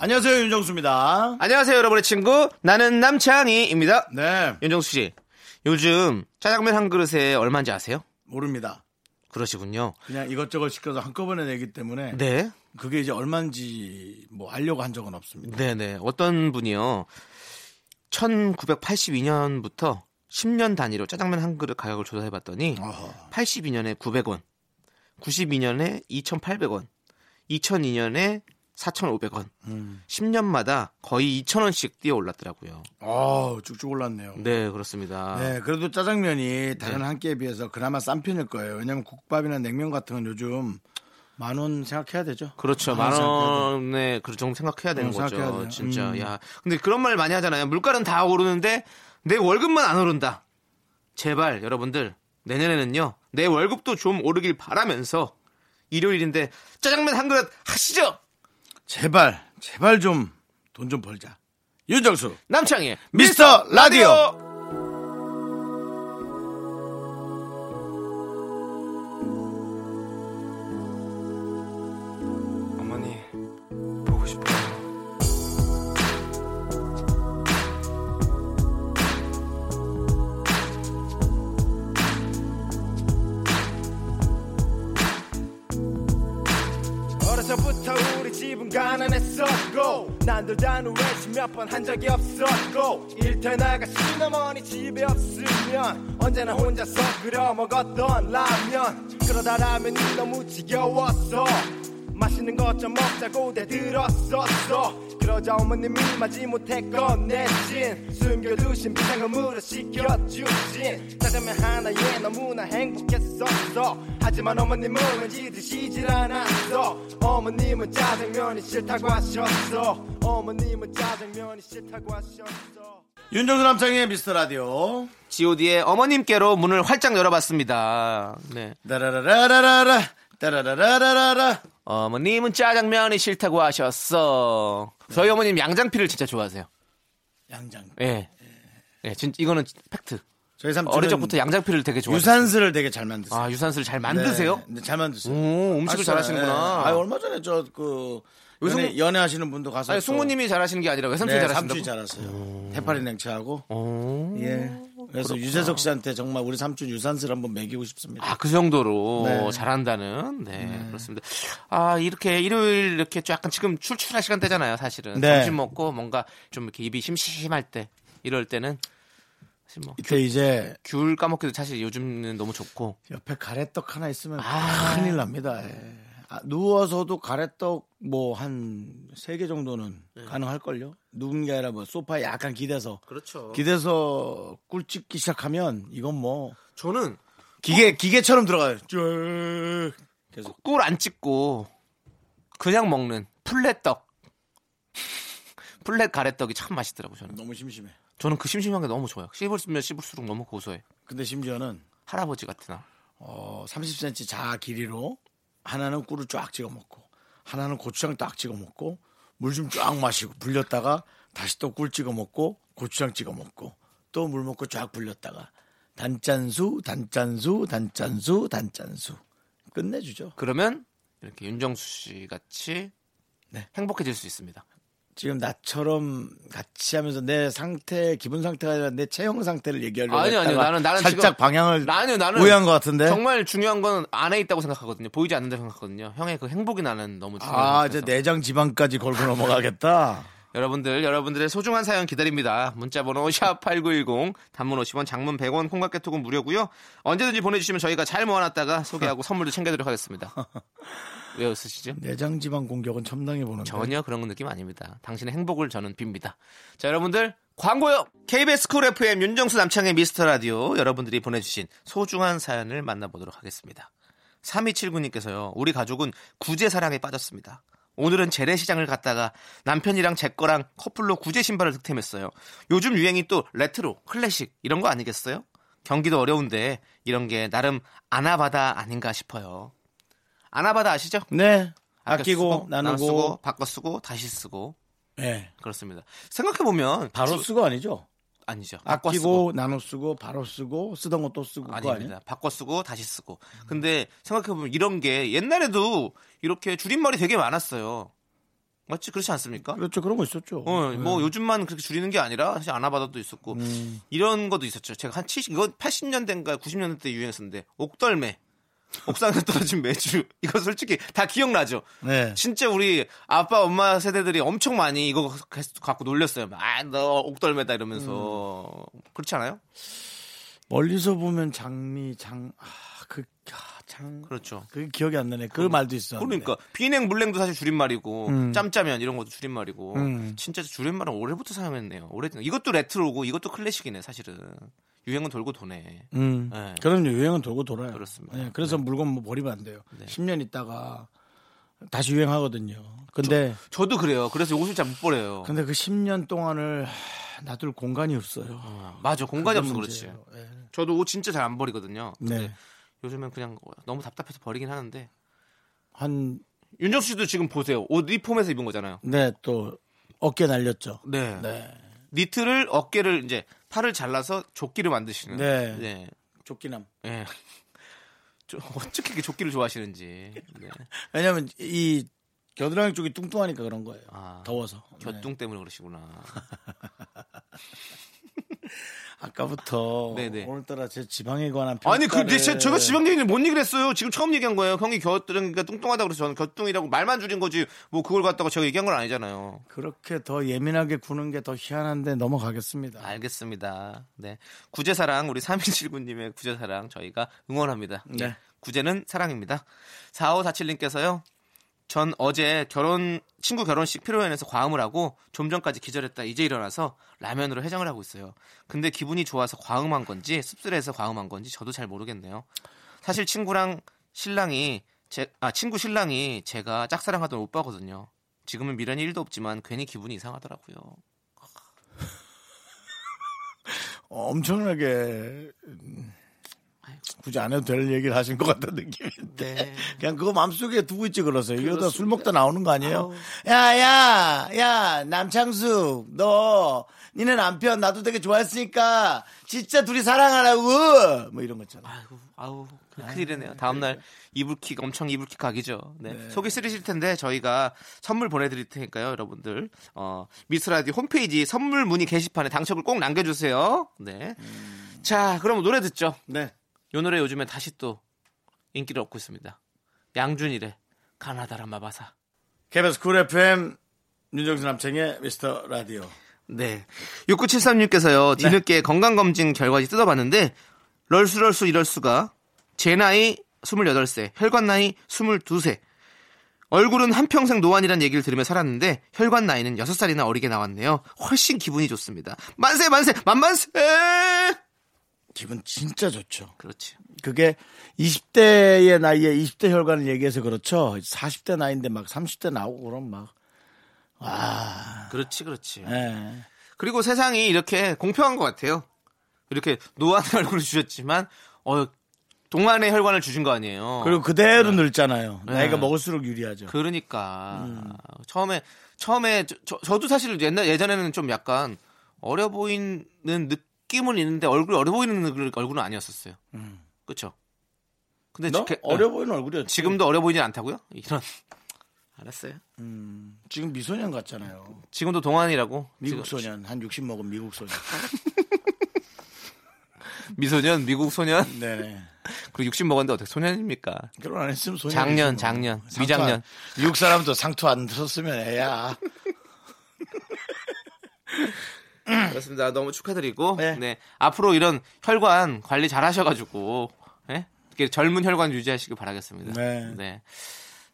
안녕하세요 윤정수입니다. 안녕하세요, 여러분의 친구. 나는 남창희입니다. 네 윤정수 씨, 요즘 짜장면 한 그릇에 얼마인지 아세요? 모릅니다. 그러시군요. 그냥 이것저것 시켜서 한꺼번에 내기 때문에 네. 그게 이제 얼마인지 뭐 알려고 한 적은 없습니다. 네네. 어떤 분이요. 1982년부터 10년 단위로 짜장면 한 그릇 가격을 조사해 봤더니 어허. 82년에 900원, 92년에 2,800원, 2002년에 4,500원. 10년마다 거의 2,000원씩 뛰어 올랐더라고요. 어 쭉쭉 올랐네요. 네. 네, 그렇습니다. 그래도 짜장면이 네. 다른 한 끼에 비해서 그나마 싼 편일 거예요. 왜냐면 국밥이나 냉면 같은 건 요즘 만 원 생각해야 되죠. 그렇죠. 만 원에 그 정도 생각해야 되는 어, 거죠. 생각해야 돼요. 진짜. 음. 야. 근데 그런 말 많이 하잖아요. 물가는 다 오르는데 내 월급만 안 오른다. 제발 여러분들 내년에는요. 내 월급도 좀 오르길 바라면서 일요일인데 짜장면 한 그릇 하시죠. 제발 제발 좀 돈 좀 벌자. 윤정수 남창희 미스터 라디오. 라디오. 어머니 보고 싶어 어려서부터 우리 집은 가난했었고 난도 단우회식 몇번 한 적이 없었고 일터 나가신 어머니 집에 없으면 언제나 혼자서 끓여 먹었던 라면 그러다 라면이 너무 지겨웠어 맛있는 것 좀 먹자고 대들었었어 그러자 어머님이 마지못해 꺼내신 숨겨두신 비상금으로 시켜주신 짜장면 하나에 너무나 행복했었어 하지만 어머님은 왠지 드시질 않았어 어머님은 짜장면이 싫다고 하셨어 어머님은 짜장면이 싫다고 하셨어 윤정수 남창의 미스터 라디오. god의 어머님께로 문을 활짝 열어봤습니다. 네. 따라라라라라 따라라라라라. 어머님은 짜장면이 싫다고 하셨어. 저희 어머님 양장피를 진짜 좋아하세요. 양장. 예. 예, 진 이거는 팩트. 저희 삼촌은 어릴 적부터 양장피를 되게 좋아해요. 유산슬을 되게 잘 만드세요. 아, 유산슬 잘 만드세요? 네, 네, 잘 만드세요. 오, 음식을 맛있어요. 잘 하시는구나. 네. 아, 얼마 전에 저그 요즘- 연애, 연애하시는 분도 가서 아니, 또- 숙모님이 잘하시는 게 아니라 외삼촌이 네, 잘하신다고. 음. 어. 삼촌이 잘하세요. 해파리 냉채하고. 예. 그래서 유재석 씨한테 정말 우리 삼촌 유산슬 한번 먹이고 싶습니다. 아, 그 정도로 네. 음. 잘한다는. 네, 그렇습니다. 아, 이렇게 일요일 이렇게 좀 약간 지금 출출할 시간대잖아요, 사실은. 네. 점심 먹고 뭔가 좀 이렇게 입이 심심할 때 이럴 때는 사실 뭐 이때 이제 귤 까먹기도 사실 요즘은 너무 좋고. 옆에 가래떡 하나 있으면 아. 큰일 납니다. 예. 아, 누워서도 가래떡 뭐 한 세 개 정도는 가능할걸요. 누운 게 아니라 뭐 소파에 약간 기대서 네. 그렇죠. 기대서 꿀 찍기 시작하면 이건 어? 뭐 저는 기계 기계처럼 들어가요. 쭉. 꿀 안 찍고 그냥 먹는 풀let떡. 풀렛 가래떡이 참 맛있더라고 저는. 너무 심심해. 저는 그 심심한 게 너무 좋아요. 씹을수면 씹을수록 너무 고소해. 근데 심지어는 할아버지 같은 나. 어, 30cm 자 길이로 하나는 꿀을 쫙 찍어 먹고 하나는 고추장 딱 찍어 먹고 물 좀 쫙 마시고 불렸다가 다시 또 꿀 찍어 먹고 고추장 찍어 먹고 또 물 먹고 쫙 불렸다가 단짠수 단짠수 단짠수 단짠수 끝내주죠. 그러면 이렇게 윤정수 씨 같이 네. 행복해질 수 있습니다. 지금 나처럼 같이 하면서 내 상태 기분 상태가 아니라 내 체형 상태를 얘기하려고 아니요, 아니요. 했다가 나는- 나는 살짝 지금- 방향을 아니요, 나는 오해한 것 같은데 정말 중요한 건 안에 있다고 생각하거든요. 보이지 않는다고 생각하거든요. 형의 그 행복이 나는 너무 중요해요. 아 이제 내장 지방까지 걸고 넘어가겠다. 여러분들 여러분들의 소중한 사연 기다립니다. 문자번호 샵8910 단문 50원 장문 100원 콩깍개톡은 무료고요. 언제든지 보내주시면 저희가 잘 모아놨다가 소개하고 선물도 챙겨드리도록 하겠습니다. 왜 웃으시죠? 내장 지방 공격은 첨당해 보는 전혀 그런 느낌 아닙니다. 당신의 행복을 저는 빕니다. 자, 여러분들 광고요. KBS 쿨 FM 윤정수 남창의 미스터 라디오 여러분들이 보내주신 소중한 사연을 만나보도록 하겠습니다. 3279님께서요. 우리 가족은 구제 사랑에 빠졌습니다. 오늘은 재래시장을 갔다가 남편이랑 제 거랑 커플로 구제 신발을 득템했어요. 요즘 유행이 또 레트로, 클래식 이런 거 아니겠어요? 경기도 어려운데 이런 게 나름 아나바다 아닌가 싶어요. 아나바다 아시죠? 네. 아껴 아끼고 쓰고, 나눠 쓰고, 나누고 바꿔 쓰고 다시 쓰고 예. 그렇습니다. 생각해 보면 바로 쓰고 아니죠? 아니죠. 바꿔 쓰고 아끼고 나눠 쓰고 바로 쓰고 쓰던 것도 쓰고 그거 아니에요? 아닙니다. 음. 바꿔 쓰고 다시 쓰고. 근데 생각해 보면 이런 게 옛날에도 이렇게 줄임말이 되게 많았어요. 맞지? 그렇지 않습니까? 그렇죠. 그런 거 있었죠. 예. 어, 뭐 요즘만 그렇게 줄이는 게 아니라 사실 아나바다도 있었고 이런 것도 있었죠. 제가 한 70, 이건 80년대인가 90년대 때 유행했었는데 옥덜매, 옥상에 떨어진 매주 이거 솔직히 다 기억나죠. 네. 진짜 우리 아빠 엄마 세대들이 엄청 많이 이거 계속 갖고 놀렸어요. 아 너 옥덜매다 이러면서 음. 그렇지 않아요? 멀리서 보면 장미 장 아, 그 아, 장. 그렇죠. 그 기억이 안 나네. 그 말도 있어. 그러니까 비냉 물냉도 사실 줄임말이고 음. 짬짜면 이런 것도 줄임말이고 음. 진짜 줄임말은 올해부터 사용했네요. 올해 이것도 레트로고 이것도 클래식이네 사실은 유행은 돌고 도네. 음. 네. 그럼요. 유행은 돌고 돌아요. 그렇습니다. 네. 네, 그래서 물건 뭐 버리면 안 돼요. 10년 있다가 다시 유행하거든요. 근데 저도 그래요. 그래서 요것을 잘 못 버려요. 근데 그 10년 동안을 하, 놔둘 공간이 없어요. 아, 맞아 공간이 없어 그렇지. 문제예요. 예. 저도 옷 진짜 잘 안 버리거든요. 근데 네. 요즘엔 그냥 너무 답답해서 버리긴 하는데 한 윤정수 씨도 지금 보세요. 옷 리폼해서 입은 거잖아요. 네, 또 어깨 날렸죠. 네. 네. 니트를 어깨를 이제 팔을 잘라서 조끼를 만드시는. 네. 네. 조끼남. 예. 저- 어떻게 이렇게 조끼를 좋아하시는지. 네. 왜냐면 이 겨드랑이 쪽이 뚱뚱하니까 그런 거예요. 아. 더워서. 네. 겨뚱 때문에 그러시구나. 아까부터 네네. 오늘따라 제 지방에 관한 아니 평가를- 근데 제, 제가 지방장님이 뭔 얘기를 했어요? 지금 처음 얘기한 거예요. 형이 겨뚱이니까 뚱뚱하다 그래서 저는 겨뚱이라고 말만 줄인 거지. 뭐 그걸 갖다가 제가 얘기한 건 아니잖아요. 그렇게 더 예민하게 구는 게 더 희한한데 넘어가겠습니다. 알겠습니다. 네. 구제사랑 우리 3279님의 구제사랑 저희가 응원합니다. 네. 예. 구제는 사랑입니다. 4547님께서요. 전 어제 결혼 친구 결혼식 피로연에서 과음을 하고 좀 전까지 기절했다 이제 일어나서 라면으로 해장을 하고 있어요. 근데 기분이 좋아서 과음한 건지 씁쓸해서 과음한 건지 저도 잘 모르겠네요. 사실 친구랑 신랑이 제, 아 친구 신랑이 제가 짝사랑하던 오빠거든요. 지금은 미련이 1도 없지만 괜히 기분이 이상하더라고요. 엄청나게 음, 굳이 안 해도 될 얘기를 하신 것 같은 느낌인데 네. 그냥 그거 마음속에 두고 있지 그러세요. 이러다 술 먹다 나오는 거 아니에요? 야야야 남창숙 너 니네 남편 나도 되게 좋아했으니까 진짜 둘이 사랑하라고 뭐 이런 거 있잖아. 아이고, 아우, 그 큰일이네요. 다음날 이불킥, 엄청 이불킥 각이죠. 네. 속이 쓰리실 텐데 저희가 선물 보내드릴 테니까요, 여러분들. 어, 미스라디 홈페이지 선물 문의 게시판에 당첨을 꼭 남겨주세요. 네. 자, 그럼 노래 듣죠. 네. 요 노래 요즘에 다시 또 인기를 얻고 있습니다. 양준일의 가나다라 마바사. KBS 쿨 FM 윤정수 남창의 미스터 라디오. 네. 6973님께서요, 네. 뒤늦게 건강검진 결과지 뜯어봤는데, 럴수럴수 이럴수가, 제 나이 28세, 혈관 나이 22세, 얼굴은 한평생 노안이란 얘기를 들으며 살았는데, 혈관 나이는 6살이나 어리게 나왔네요. 훨씬 기분이 좋습니다. 만세, 만세, 만만세! 기분 진짜 좋죠. 그렇지. 그게 20대의 나이에 20대 혈관을 얘기해서 그렇죠. 40대 나이인데 막 30대 나오고 그럼 막 그렇지, 그렇지. 예. 그리고 세상이 이렇게 공평한 것 같아요. 이렇게 노안 얼굴을 주셨지만, 어, 동안의 혈관을 주신 거 아니에요. 그리고 그대로 늙잖아요. 어, 네. 나이가 먹을수록 유리하죠. 그러니까 처음에 처음에 저, 저, 도 사실 옛날 예전에는 좀 약간 어려 보이는 느낌은 있는데 얼굴이 어려 보이는 그 얼굴- 얼굴은 아니었었어요. 그렇죠. 근데 음. 너? 지- 어려 보이는 얼굴이었지. 지금도 어려 보이진 않다고요? 이런 알았어요. 지금 미소년 같잖아요. 지금도 동안이라고 미국 지금- 소년 한 60 먹은 미국 소년. 미소년 미국 소년 네. 그리고 60 먹었는데 어떻게 소년입니까? 결혼 안 했으면 소년. 작년, 작년, 미작년. 미국 사람도 상투 안 들었으면 애야. 그렇습니다. 너무 축하드리고 네. 네. 앞으로 이런 혈관 관리 잘 하셔가지고 네? 이렇게 젊은 혈관 유지하시길 바라겠습니다. 네.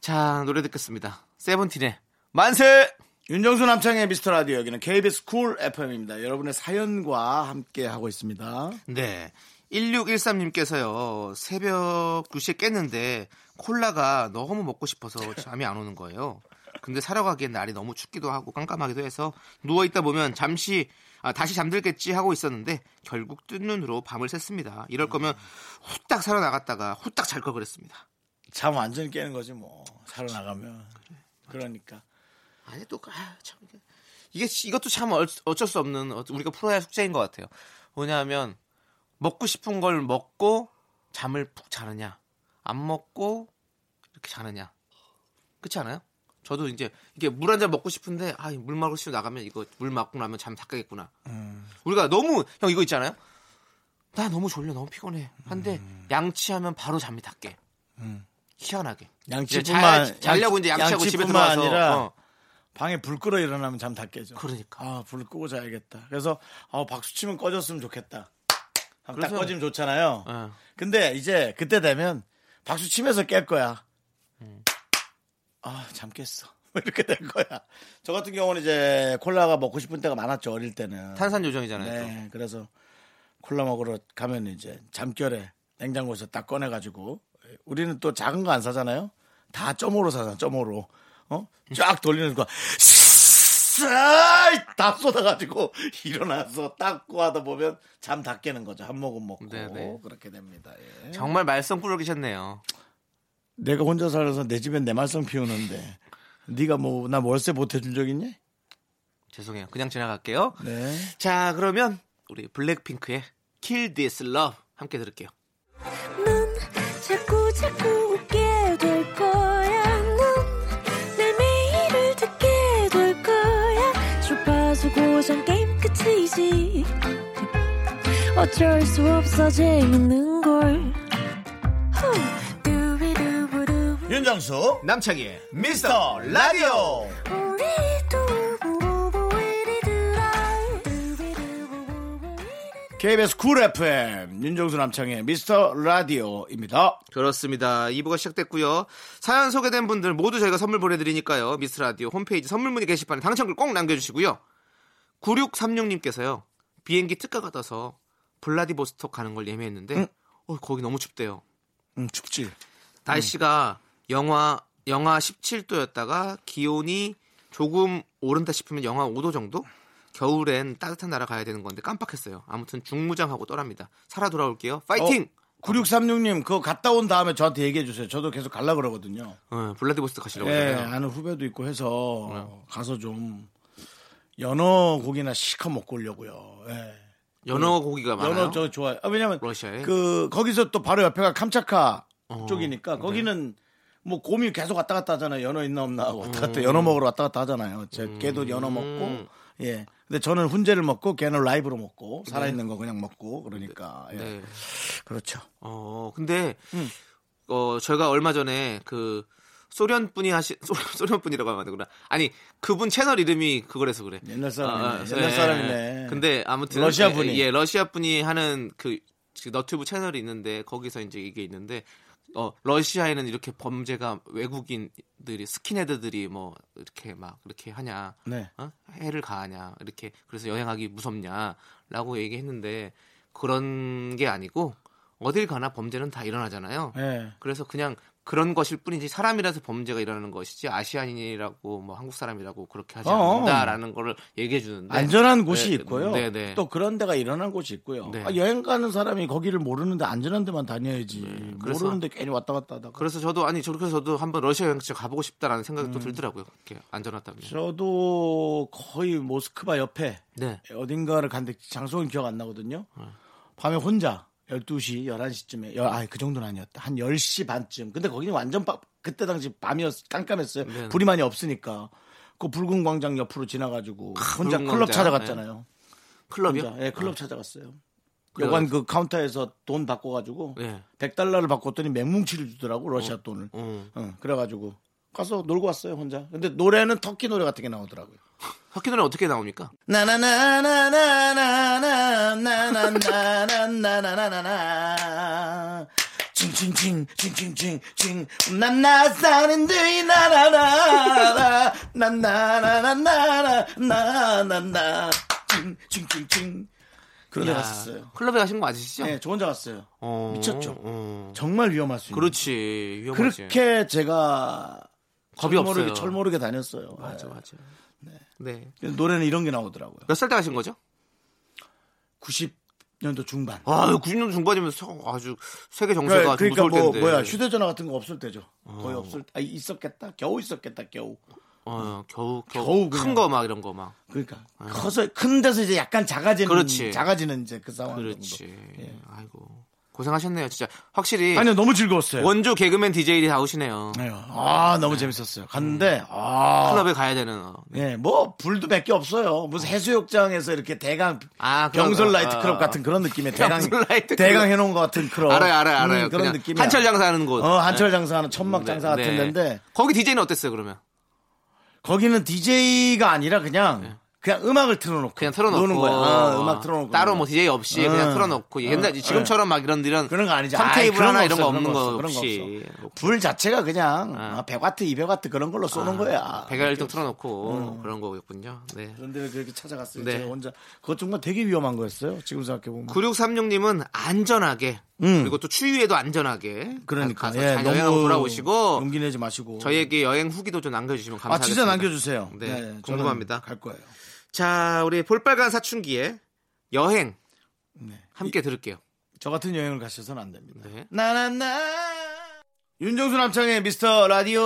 자 노래 듣겠습니다. 세븐틴의 만세. 윤정수 남창의 미스터 라디오 여기는 KBS 쿨 FM입니다. 여러분의 사연과 함께 하고 있습니다. 네. 1613님께서요, 새벽 2시에 깼는데, 콜라가 너무 먹고 싶어서 잠이 안 오는 거예요. 근데 사러 가기엔 날이 너무 춥기도 하고 깜깜하기도 해서 누워 있다 보면 잠시 아, 다시 잠들겠지 하고 있었는데 결국 뜬 눈으로 밤을 샜습니다. 이럴 거면 후딱 살아 나갔다가 후딱 잘 걸 그랬습니다. 잠 완전히 깨는 거지 뭐 살아나가면 그러니까 아니 또 아, 참, 이게- 이게 시- 이것도 참 얼- 어쩔 수 없는 어- 우리가 풀어야 할 숙제인 것 같아요. 왜냐하면 먹고 싶은 걸 먹고 잠을 푹 자느냐 안 먹고 이렇게 자느냐 그렇지 않아요? 저도 이제 이게 물 한 잔 먹고 싶은데 아물 마고 싶으면 나가면 이거 물 맞고 나면 잠 다 깨겠구나. 음. 우리가 너무 형 이거 있잖아요. 나 너무 졸려 너무 피곤해. 한데 음. 양치하면 바로 잠이 다 깨. 희한하게. 이제 양치뿐만- 자, 자려고 이제 양치하고 집에 양치뿐만 들어와서 아니라 어. 방에 불 끄러 일어나면 잠 다 깨죠. 그러니까. 아, 불 끄고 자야겠다. 그래서 아, 박수 치면 꺼졌으면 좋겠다. 하면 딱 그래서- 꺼지면 좋잖아요. 예. 근데 이제 그때 되면 박수 치면서 깰 거야. 음. 아, 잠 깼어. 이렇게 될 거야. 저 같은 경우는 이제 콜라가 먹고 싶은 때가 많았죠. 어릴 때는. 탄산 요정이잖아요. 또. 네, 그래서 콜라 먹으러 가면 이제 잠결에 냉장고에서 딱 꺼내가지고 우리는 또 작은 거 안 사잖아요. 다 점으로 사잖아, 점으로. 어? 쫙 돌리는 거. 싹다 쏟아가지고 일어나서 닦고 하다 보면 잠 다 깨는 거죠. 한 모금 먹고 네, 네. 그렇게 됩니다. 예. 정말 말썽 꾸러기셨네요. 내가 혼자 살아서 내 집엔 내 말썽 피우는데 네가 뭐 나 월세 보태준 적 있니? 죄송해요. 그냥 지나갈게요. 네. 자, 그러면 우리 블랙핑크의 Kill This Love 함께 들을게요. 넌 자꾸 자꾸 웃게 될 거야. 넌내 매일을 듣게 될 거야. 주파수 고정 게임 끝이지. 어쩔 수 없어 재밌는 걸. 후. 두비두부두. 윤정수 남창희의 미스터 라디오 우리 두부부부 우리들아. 두비두부부부 우리들아. KBS 쿨 FM 윤정수 남창의 미스터 라디오입니다. 그렇습니다. 2부가 시작됐고요. 사연 소개된 분들 모두 저희가 선물 보내드리니까요. 미스라디오 홈페이지 선물문의 게시판에 당첨글 꼭 남겨주시고요. 9636님께서요. 비행기 특가가 떠서 블라디보스톡 가는 걸 예매했는데 어, 거기 너무 춥대요. 음, 춥지. 날씨가 영하 영하 17도였다가 기온이 조금 오른다 싶으면 영하 5도 정도? 겨울엔 따뜻한 나라 가야 되는 건데 깜빡했어요. 아무튼 중무장하고 떠납니다. 살아 돌아올게요. 파이팅! 9636님 어, 그거 갔다 온 다음에 저한테 얘기해 주세요. 저도 계속 갈라 그러거든요. 어, 블라디보스톡 가시려고 예, 그러잖아요. 어. 아는 후배도 있고 해서 가서 좀 연어 고기나 시커 먹고 오려고요. 예. 연어 고기가 많아요. 연어 저 좋아요. 아, 왜냐면 러시아에? 그 거기서 또 바로 옆에가 캄차카 어, 쪽이니까 거기는 뭐 곰이 계속 왔다 갔다 하잖아요. 연어 있나 없나 음. 하고 왔다 갔다 연어 먹으러 왔다 갔다 하잖아요. 제 걔도 연어 음. 먹고 예. 근데 저는 훈제를 먹고 걔는 라이브로 먹고 살아있는 거 그냥 먹고 그러니까 예. 네. 그렇죠. 어, 근데 음. 어, 저희가 얼마 전에 그 소련 분이 하신 소련 분이라고 하면 안 되구나. 아니 그분 채널 이름이 그거라서 그래. 아, 예. 옛날 사람이네. 옛날 사람이네. 근데 아무튼 러시아 예, 분이. 예, 러시아 분이 하는 그, 그 너튜브 채널이 있는데 거기서 이제 이게 있는데 어 러시아에는 이렇게 범죄가 외국인들이 스킨헤드들이 뭐 이렇게 막 이렇게 하냐. 네. 어? 해를 가하냐 이렇게 그래서 여행하기 무섭냐라고 얘기했는데 그런 게 아니고 어딜 가나 범죄는 다 일어나잖아요. 예. 그래서 그냥 그런 것일 뿐이지 사람이라서 범죄가 일어나는 것이지 아시안인이라고 뭐 한국 사람이라고 그렇게 하지 어어. 않는다라는 거를 얘기해 주는데 안전한 곳이 네, 있고요. 네, 네. 또 그런 데가 일어난 곳이 있고요. 네. 아, 여행 가는 사람이 거기를 모르는데 안전한 데만 다녀야지. 네, 그래서- 모르는데 괜히 왔다 갔다 하다가. 그래서 저도 아니 저렇게 해서 저도 한번 러시아 여행 진짜 가보고 싶다라는 생각이 음. 또 들더라고요. 이렇게 안전하다면. 저도 거의 모스크바 옆에 네. 어딘가를 갔는데 장소는 기억 안 나거든요. 밤에 혼자 12시, 11시쯤에, 아, 그 정도는 아니었다. 한 10시 반쯤. 근데 거기는 완전 빡, 그때 당시 밤이었, 깜깜했어요. 네. 불이 많이 없으니까. 그 붉은 광장 옆으로 지나가지고 혼자 붉은 클럽 광장, 찾아갔잖아요. 클럽이요? 네. 혼자. 예, 클럽 찾아갔어요. 그래가지고. 여관 그 카운터에서 돈 바꿔가지고 네. 100달러를 바꿨더니 맹뭉치를 주더라고, 러시아 돈을. 어. 어, 그래가지고 가서 놀고 왔어요, 혼자. 근데 노래는 터키 노래 같은 게 나오더라고요. 터키 노래 어떻게 나옵니까? 나나나나나나나나나나나나나 칭칭칭 칭칭칭 칭난나 사는 데이 나나나 나나나나나나나나나 칭칭칭 그러다 야, 네, 갔었어요. 클럽에 가신 거 맞으시죠? 네, 저 혼자 갔어요. 어, 미쳤죠. 어. 정말 위험할 수 있는. 그렇지. 위험하지. 그렇게 제가 겁이 철모르게, 없어요. 철모르게 다녔어요. 맞아, 예. 맞아. 네. 근데 노래는 이런 게 나오더라고요. 몇 살 때 하신 거죠? 90년도 중반. 아, 90년 중반이면 서- 아주 세계 정세가 그러니까, 아주 그러니까 무서울 뭐 텐데. 뭐야 휴대전화 같은 거 없을 때죠. 거의 없을 때. 아 있었겠다. 겨우 있었겠다. 겨우. 어, 겨우 겨우 겨우 큰 그냥. 거 막 이런 거 막. 그러니까 커서 큰 데서 이제 약간 작아지는 아. 그렇지. 작아지는 이제 그 상황 그렇지. 정도. 예. 아이고 고생하셨네요, 진짜. 확실히 아니요 너무 즐거웠어요. 원조 개그맨 DJ들이 다 오시네요. 네. 아 너무 재밌었어요. 갔는데 음. 아 클럽에 가야 되는. 어. 예, 뭐 불도 몇 개 없어요. 무슨 해수욕장에서 이렇게 대강 아, 그런 경설 거. 나이트 아, 클럽 아. 같은 그런 느낌의 대강 경설 나이트 대강 클럽. 해놓은 것 같은 클럽 알아요, 알아요, 음, 알아요. 그런 그냥 느낌 한철 장사하는 곳. 어 한철 장사하는 천막 네, 장사 같은 네. 데인데 거기 DJ는 어땠어요, 그러면? 거기는 DJ가 아니라 그냥 그냥 음악을 틀어놓고 네. 그냥 틀어놓고 노는 거야. 어, 어, 음악 틀어놓고 따로 뭐 DJ 없이 어. 그냥 틀어놓고 옛날 지금처럼 막 이런 이런 그런 거 아니지. 턴테이블 아이, 그런 하나 거 이런 거 없어, 없는 그런 거 거 없어, 없이 그런 불 자체가 그냥 어. 아, 100와트, 200와트 그런 걸로 쏘는 거야. 아, 백열등 틀어놓고 그런 거였군요. 네. 그런데 왜 그렇게 찾아갔어요? 네. 제가 혼자 그것 정말 되게 위험한 거였어요. 지금 생각해 보면. 9636님은 안전하게 그리고 또 추위에도 안전하게 음. 그러니까 가서 예, 잘 여행하고 돌아오시고 용기 내지 마시고 저희에게 여행 후기도 좀 남겨주시면 아 감사하겠습니다. 진짜 남겨주세요. 네, 저는 궁금합니다. 갈 거예요. 자, 우리 볼빨간 사춘기의 여행 네. 함께 들을게요. 저 같은 여행을 가셔서는 안 됩니다. 네. 나나나 윤정수 남창의 미스터 라디오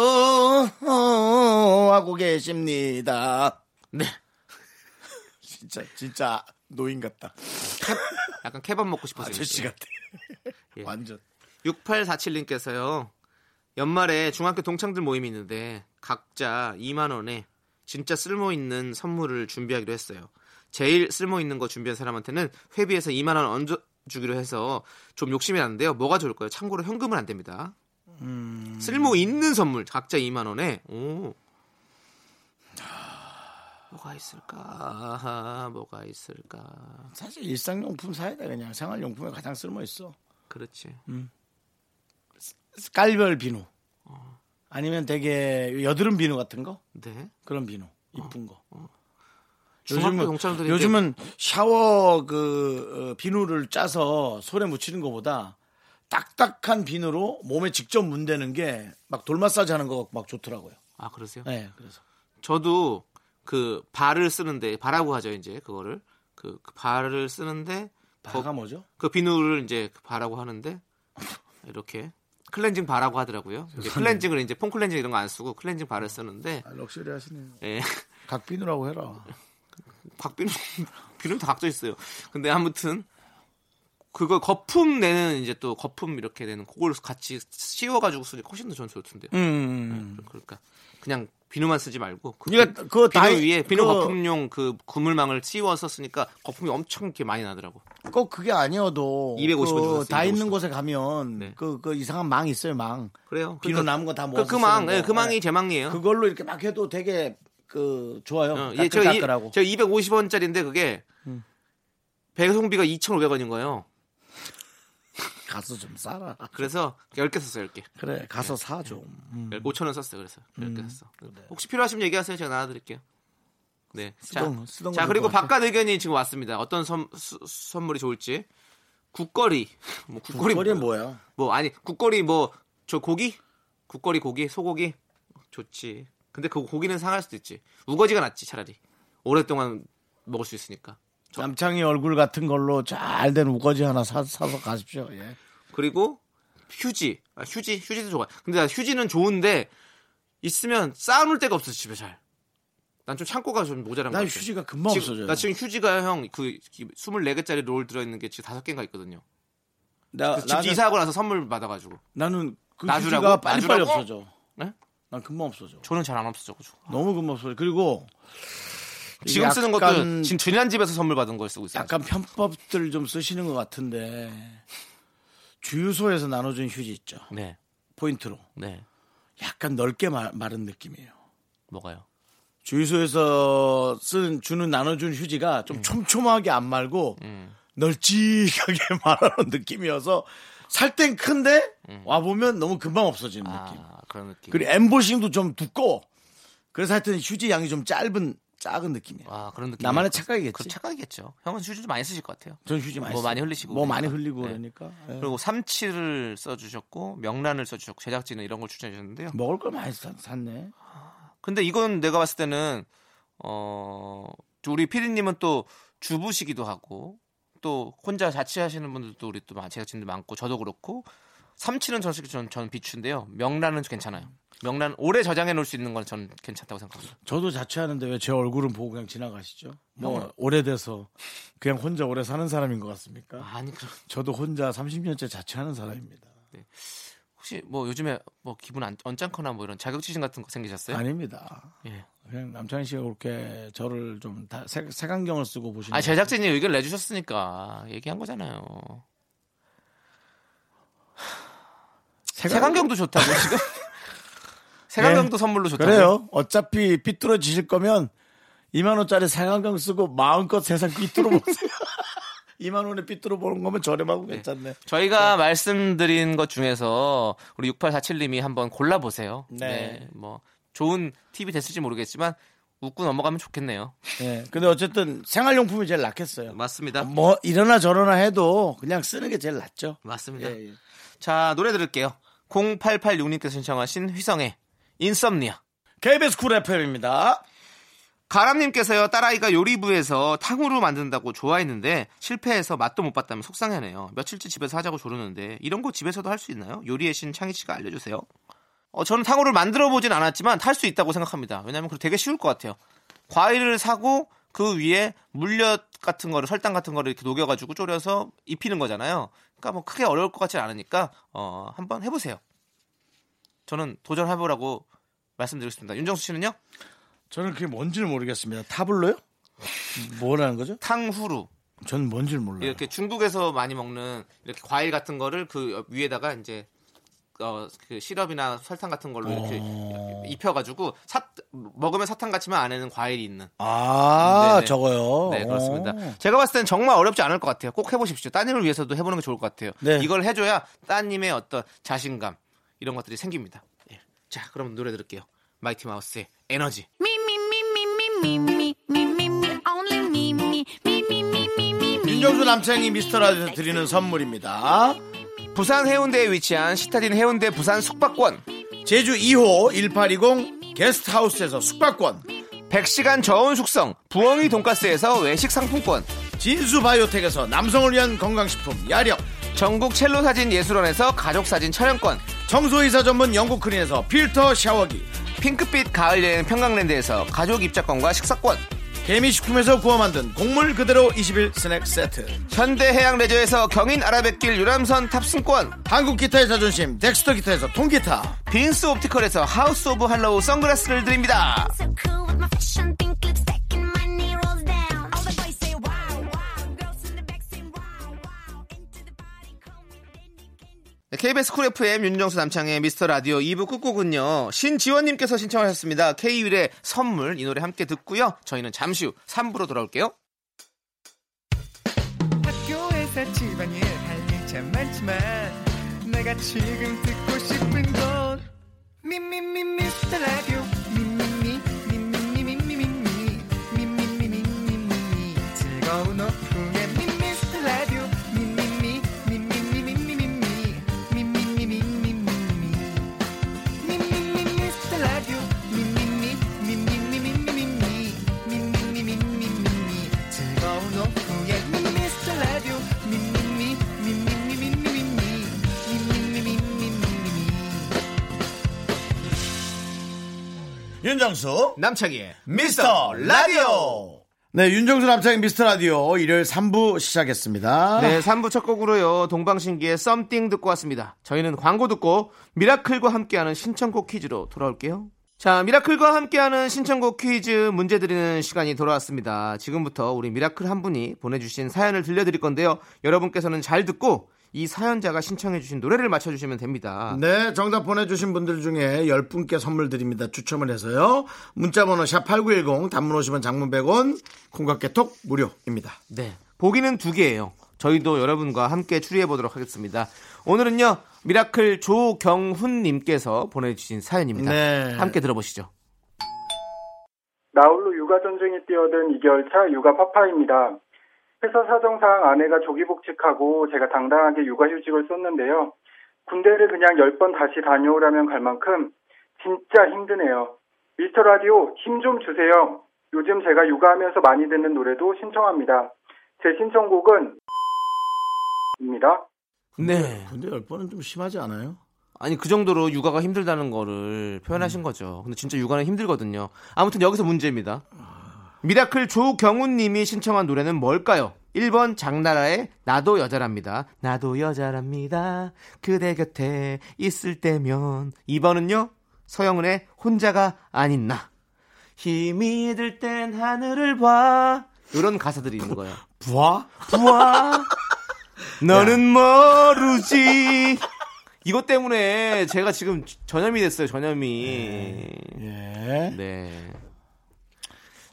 하고 계십니다. 네. 진짜 진짜 노인 같다. 약간 케밥 먹고 싶어서. 아저씨 같아. 예. 완전. 6847님께서요. 연말에 중학교 동창들 모임이 있는데 각자 2만 원에 진짜 쓸모 있는 선물을 준비하기로 했어요. 제일 쓸모 있는 거 준비한 사람한테는 회비에서 2만 원 얹어 주기로 해서 좀 욕심이 나는데요. 뭐가 좋을까요? 참고로 현금은 안 됩니다. 쓸모 있는 선물 각자 2만 원에 오. 뭐가 있을까? 아하, 뭐가 있을까? 사실 일상용품 사야 돼 그냥 생활용품에 가장 쓸모 있어. 그렇지. 깔별 비누. 어. 아니면 되게 여드름 비누 같은 거? 네. 그런 비누. 이쁜 거. 어. 중학교 동창들인데 요즘은 샤워 그 어, 비누를 짜서 손에 묻히는 것보다 딱딱한 비누로 몸에 직접 문대는 게 막 돌마사지 하는 거 막 좋더라고요. 아 그러세요? 네, 그래서 저도 그 발을 쓰는데 발하고 하죠 이제 그거를 그, 그 발을 쓰는데 거- 바가 뭐죠? 그 비누를 이제 그 발하고 하는데 이렇게 클렌징 발하고 하더라고요. 이제 클렌징을 이제 폼 클렌징 이런 거 안 쓰고 클렌징 발을 쓰는데 아, 럭셔리 하시네요. 예. 각비누라고 해라. 박비누 비누 다 각져 있어요. 근데 아무튼 그거 거품 내는 이제 또 거품 이렇게 내는 그걸 같이 씌워가지고 쓰니까 훨씬 더 저는 좋던데요. 음. 그러니까 그냥 비누만 쓰지 말고 그 그러니까 그거 비누 다- 위에 비누 그거- 거품용 그 그물망을 씌워서 쓰니까 거품이 엄청 이렇게 많이 나더라고. 음. 꼭 그게 아니어도 250원 주고 그, 다 샀어요, 있는 250원. 곳에 가면 네. 그, 그 이상한 망 있어요, 망. 그래요. 비누 남은 거다 모아서 그, 그 망, 쓰는 거. 예, 그 망이 예. 제 망이에요. 그걸로 이렇게 막 해도 되게 그 좋아요. 어, 예, 제가, 이, 따끈따끈하고. 음. 250원짜리인데 그게 배송비가 2,500원인 거예요. 아, 가서 좀 싸라. 예, 그래서 10개 썼어요, 10개. 그래, 가서 사 좀. 음. 5,000원 썼어요, 그래서. 10개 썼어. 혹시 필요하시면 얘기하세요. 제가 나눠드릴게요. 네. 네. 쓰던- 자, 쓰던 자, 거 그리고 갖고 바깥 의견이 지금 왔습니다. 어떤 선, 수- 선물이 좋을지. 국거리. 뭐 국거리, 거리 뭐, 뭐야? 뭐, 아니, 국거리 뭐, 저 고기? 국거리 고기, 소고기? 좋지. 근데 그 고기는 상할 수도 있지. 우거지가 낫지, 차라리. 오랫동안 먹을 수 있으니까. 저- 남창이 얼굴 같은 걸로 잘 된 우거지 하나 사, 사서 가십시오. 예. 그리고 휴지. 아, 휴지, 휴지도 좋아. 근데 나 휴지는 좋은데 있으면 쌓아놓을 데가 없어 집에 잘. 난 좀 창고가 좀 모자란 것 난 같아. 휴지가 금방 지금- 없어져요. 나 지금 휴지가 형그 24개짜리 롤 들어있는 게 지금 5개인가 있거든요. 나, 그집 이사하고 나서 선물 받아가지고. 나는 그 놔주라고? 휴지가 빨리빨리 놔주라고? 없어져. 네? 난 금방 없어져. 저는 잘 안 없어져가지고. 너무 금방 없어져. 그리고 지금 이게 쓰는 약간- 것도 지금 지난 집에서 선물 받은 걸 쓰고 있어요. 약간 편법들 좀 쓰시는 것 같은데 주유소에서 나눠준 휴지 있죠. 네, 포인트로 네, 약간 넓게 마, 마른 느낌이에요. 뭐가요? 주유소에서 쓴 주는 나눠준 휴지가 음. 좀 촘촘하게 안 말고 널찍하게 말하는 느낌이어서 살 땐 큰데 음. 와 보면 너무 금방 없어지는 느낌. 아 그런 느낌. 그리고 엠보싱도 좀 두꺼워. 그래서 하여튼 휴지 양이 좀 짧은 작은 느낌이에요. 아 그런 느낌. 나만의 착각이겠지. 그 착각이겠죠. 형은 휴지 좀 많이 쓰실 것 같아요. 전 휴지 많이 뭐 쓰고. 많이 흘리시고 뭐 그러니까. 많이 흘리고 네. 그러니까 예. 그리고 삼치를 써주셨고 명란을 써주셨고 제작진은 이런 걸 추천해 주셨는데요. 먹을 걸 많이 사- 샀네. 근데 이건 내가 봤을 때는 어 우리 피디님은 또 주부시기도 하고 또 혼자 자취하시는 분들도 우리 또 많- 제작진들 많고 저도 그렇고 삼치는 전 솔직히 전, 전 비추인데요. 명란은 괜찮아요. 명란 오래 저장해 놓을 수 있는 건 전 괜찮다고 생각합니다. 저도 자취하는데 왜 제 얼굴은 보고 그냥 지나가시죠? 뭐 형은- 오래돼서 그냥 혼자 오래 사는 사람인 것 같습니까? 아니 그럼 저도 혼자 30년째 자취하는 사람입니다. 혹시 뭐 요즘에 뭐 기분 안, 언짢거나 뭐 이런 자격지심 같은 거 생기셨어요? 아닙니다. 예. 그냥 남창희 씨가 그렇게 저를 좀 다, 색, 색안경을 쓰고 보시는 아 제작진이 의견 내주셨으니까 얘기한 거잖아요. 색안경도 좋다고 지금. 색안경도 선물로 좋다고. 네. 그래요. 어차피 삐뚤어지실 거면 2만 원짜리 색안경 쓰고 마음껏 세상 삐뚤어 보세요. 2만 원에 삐뚤어 보는 거면 저렴하고 괜찮네. 저희가 말씀드린 것 중에서 우리 6847님이 한번 골라보세요. 네. 뭐 좋은 팁이 됐을지 모르겠지만 웃고 넘어가면 좋겠네요. 예. 근데 어쨌든 생활용품이 제일 낫겠어요. 맞습니다. 뭐 이러나 저러나 해도 그냥 쓰는 게 제일 낫죠. 맞습니다. 예, 예. 자, 노래 들을게요. 0886님께서 신청하신 휘성의 인썸니아. KBS 쿨 FM입니다. 가람님께서요 딸아이가 요리부에서 탕후루 만든다고 좋아했는데 실패해서 맛도 못 봤다면 속상해하네요 며칠째 집에서 하자고 조르는데 이런 거 집에서도 할 수 있나요? 요리의 신 창희씨가 알려주세요 어, 저는 탕후루를 만들어 보진 않았지만 할 수 있다고 생각합니다 왜냐면 그거 되게 쉬울 것 같아요 과일을 사고 그 위에 물엿 같은 거를 설탕 같은 거를 이렇게 녹여가지고 졸여서 입히는 거잖아요 그러니까 뭐 크게 어려울 것 같진 않으니까 어, 한번 해보세요 저는 도전해보라고 말씀드리겠습니다 윤정수 씨는요? 저는 그게 뭔지는 모르겠습니다. 타블로요? 뭐라는 거죠? 탕후루 전 뭔지를 몰라요. 네. 이렇게 중국에서 많이 먹는 이렇게 과일 같은 거를 그 위에다가 이제 어, 그 시럽이나 설탕 같은 걸로 이렇게 어. 입혀가지고 사, 먹으면 사탕 같지만 안에는 과일이 있는. 아 네네. 저거요. 네 그렇습니다. 어. 제가 봤을 땐 정말 어렵지 않을 것 같아요. 꼭 해보십시오. 따님을 위해서도 해보는 게 좋을 것 같아요. 네. 이걸 해줘야 따님의 어떤 자신감 이런 것들이 생깁니다. 예. 자 그럼 노래 들을게요. 마이티 마우스의 에너지. Me, me, me, me, me, me, me, me, me, me, only me, me, me, me, me, me, me, me. 윤정수 남창이 미스터라디오 드리는 선물입니다. 부산 해운대에 위치한 시타딘 해운대 부산 숙박권. 제주 2호 1820 게스트하우스에서 숙박권 100시간 저온 숙성 부엉이 돈가스에서 외식 상품권 진수바이오텍에서 남성을 위한 건강식품 야력 전국 첼로 사진 예술원에서 가족 사진 촬영권 청소이사 전문 영국크린에서 필터 샤워기 핑크빛 가을 여행 평강랜드에서 가족 입장권과 식사권 개미식품에서 구워 만든 곡물 그대로 21 스낵 세트 현대 해양 레저에서 경인 아라뱃길 유람선 탑승권 한국 기타의 자존심 덱스터 기타에서 통기타 빈스 옵티컬에서 하우스 오브 할로우 선글라스를 드립니다. So cool with my fashion pink lipstick and my knee rolls down. All the boys say wow, wow. Girls in the back say wow, wow. Into the party, call me Dandy Candy. 네, KBS 쿨 FM 윤정수 남창의 미스터 라디오 2부 끝곡은요. 신지원님께서 신청하셨습니다. K1의 선물 이 노래 함께 듣고요. 저희는 잠시 후 3부로 돌아올게요. 학교에서 집안일 할 일 참 많지만 내가 지금 듣고 싶은 건 미미미 미스터 라디오 미미미 미미미 미미미 미미미 미미미 즐거운 오후에 미스터 라디오 미미미 미미미 미미미 미미미 미미미 미미미 윤정수 남창희의 미스터 라디오 네 윤정수 남창의 미스터 라디오 일요일 3부 시작했습니다 네, 3부 첫 곡으로요. 동방신기의 썸띵 듣고 왔습니다. 저희는 광고 듣고 미라클과 함께하는 신청곡 퀴즈로 돌아올게요. 자, 미라클과 함께하는 신청곡 퀴즈 문제 드리는 시간이 돌아왔습니다. 지금부터 우리 미라클 한 분이 보내주신 사연을 들려드릴 건데요. 여러분께서는 잘 듣고 이 사연자가 신청해주신 노래를 맞춰주시면 됩니다. 네, 정답 보내주신 분들 중에 10분께 선물 드립니다. 추첨을 해서요. 문자번호 샵8910, 단문 50원, 장문 100원, 콩깍개톡 무료입니다. 네. 보기는 두 개예요. 저희도 여러분과 함께 추리해 보도록 하겠습니다. 오늘은요. 미라클 조경훈 님께서 보내 주신 사연입니다. 네. 함께 들어보시죠. 나홀로 육아 전쟁에 뛰어든 2개월차 육아 파파입니다. 회사 사정상 아내가 조기복직하고 제가 당당하게 육아휴직을 썼는데요. 군대를 그냥 10번 다시 다녀오라면 갈 만큼 진짜 힘드네요. 미스터 라디오 힘 좀 주세요. 요즘 제가 육아하면서 많이 듣는 노래도 신청합니다. 제 신청곡은 입니다. 네. 근데 열 번은 좀 심하지 않아요? 아니 그 정도로 육아가 힘들다는 거를 표현하신 거죠. 근데 진짜 육아는 힘들거든요. 아무튼 여기서 문제입니다. 미라클 조경훈 님이 신청한 노래는 뭘까요? 1번 장나라의 나도 여자랍니다. 나도 여자랍니다. 그대 곁에 있을 때면 2번은요. 서영은의 혼자가 아닌 나. 힘이 들 땐 하늘을 봐. 이런 가사들이 있는 거예요. 부하? 부하 너는 모르지 이것 때문에 제가 지금 전염이 됐어요 전염이 예. 네.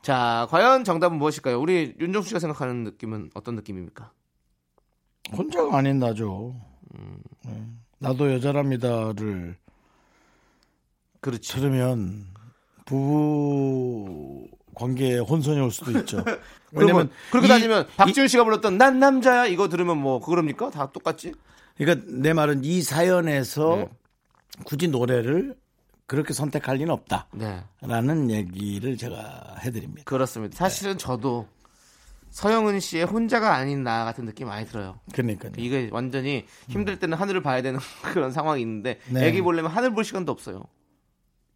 자 과연 정답은 무엇일까요 우리 윤정수 씨가 생각하는 느낌은 어떤 느낌입니까 혼자가 아닌 나죠. 네. 나도 여자랍니다를 그렇죠 들으면 부부 관계에 혼선이 올 수도 있죠. 왜냐면 그렇게 이- 따지면 이- 박지훈 씨가 불렀던 난 남자야 이거 들으면 뭐 그럽니까 다 똑같지 그러니까 내 말은 이 사연에서 네. 굳이 노래를 그렇게 선택할 리는 없다. 네 라는 얘기를 제가 해드립니다. 그렇습니다 사실은 저도 서영은 씨의 혼자가 아닌 나 같은 느낌 많이 들어요 그러니까요. 이게 완전히 힘들 때는 하늘을 봐야 되는 그런 상황이 있는데 네. 애기 보려면 하늘 볼 시간도 없어요.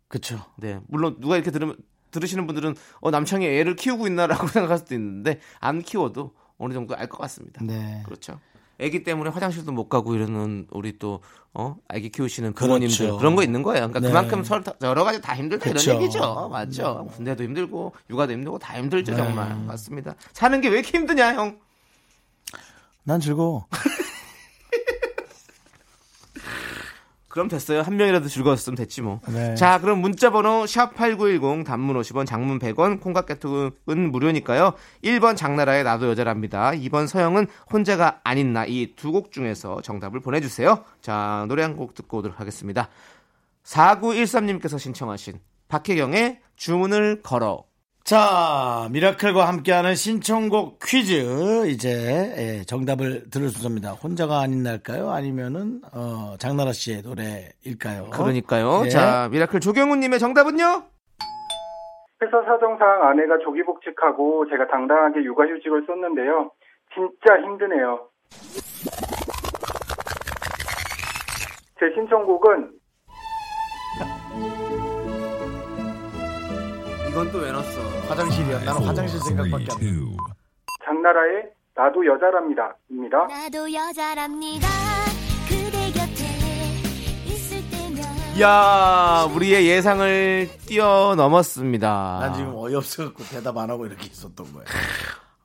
그렇죠. 네, 물론 누가 이렇게 들으면 들으시는 분들은 어 남창이 애를 키우고 있나라고 생각할 수도 있는데 안 키워도 어느 정도 알 것 같습니다. 네. 그렇죠. 애기 때문에 화장실도 못 가고 이러는 우리 또어 아기 키우시는 그렇죠. 부모님들 그런 거 있는 거예요. 그러니까 네. 그만큼 서로 다- 여러 가지 다 힘들다 그렇죠. 이런 얘기죠. 맞죠. 네. 군대도 힘들고 육아도 힘들고 다 힘들죠 정말 맞습니다. 사는 게 왜 이렇게 힘드냐 형. 난 즐거워. 그럼 됐어요. 한 명이라도 즐거웠으면 됐지 뭐. 네. 자, 그럼 문자 번호 샵8910 단문 50원, 장문 100원, 콩깍 개톡은 무료니까요. 1번 장나라의 나도 여자랍니다. 2번 서영은 혼자가 아닌 나 이 두 곡 중에서 정답을 보내 주세요. 자, 노래 한 곡 듣고 오도록 하겠습니다. 4913님께서 신청하신 박혜경의 주문을 걸어. 자, 미라클과 함께하는 신청곡 퀴즈. 이제 예, 정답을 들을 순서입니다. 혼자가 아닌 날까요? 아니면은 어, 장나라 씨의 노래일까요? 그러니까요. 예. 자, 미라클 조경훈 님의 정답은요? 회사 사정상 아내가 조기복직하고 제가 당당하게 육아휴직을 썼는데요. 진짜 힘드네요. 제 신청곡은 이건 또 왜 넣었어? 네, 화장실이야. 나는 화장실 생각밖에 안 나. 장나라의 나도 여자랍니다. 입니다. 나도 여자랍니다. 그대 곁에 있을 때면 야, 우리의 예상을 뛰어넘었습니다. 난 지금 어이없어갖고 대답 안 하고 이렇게 있었던 거예요.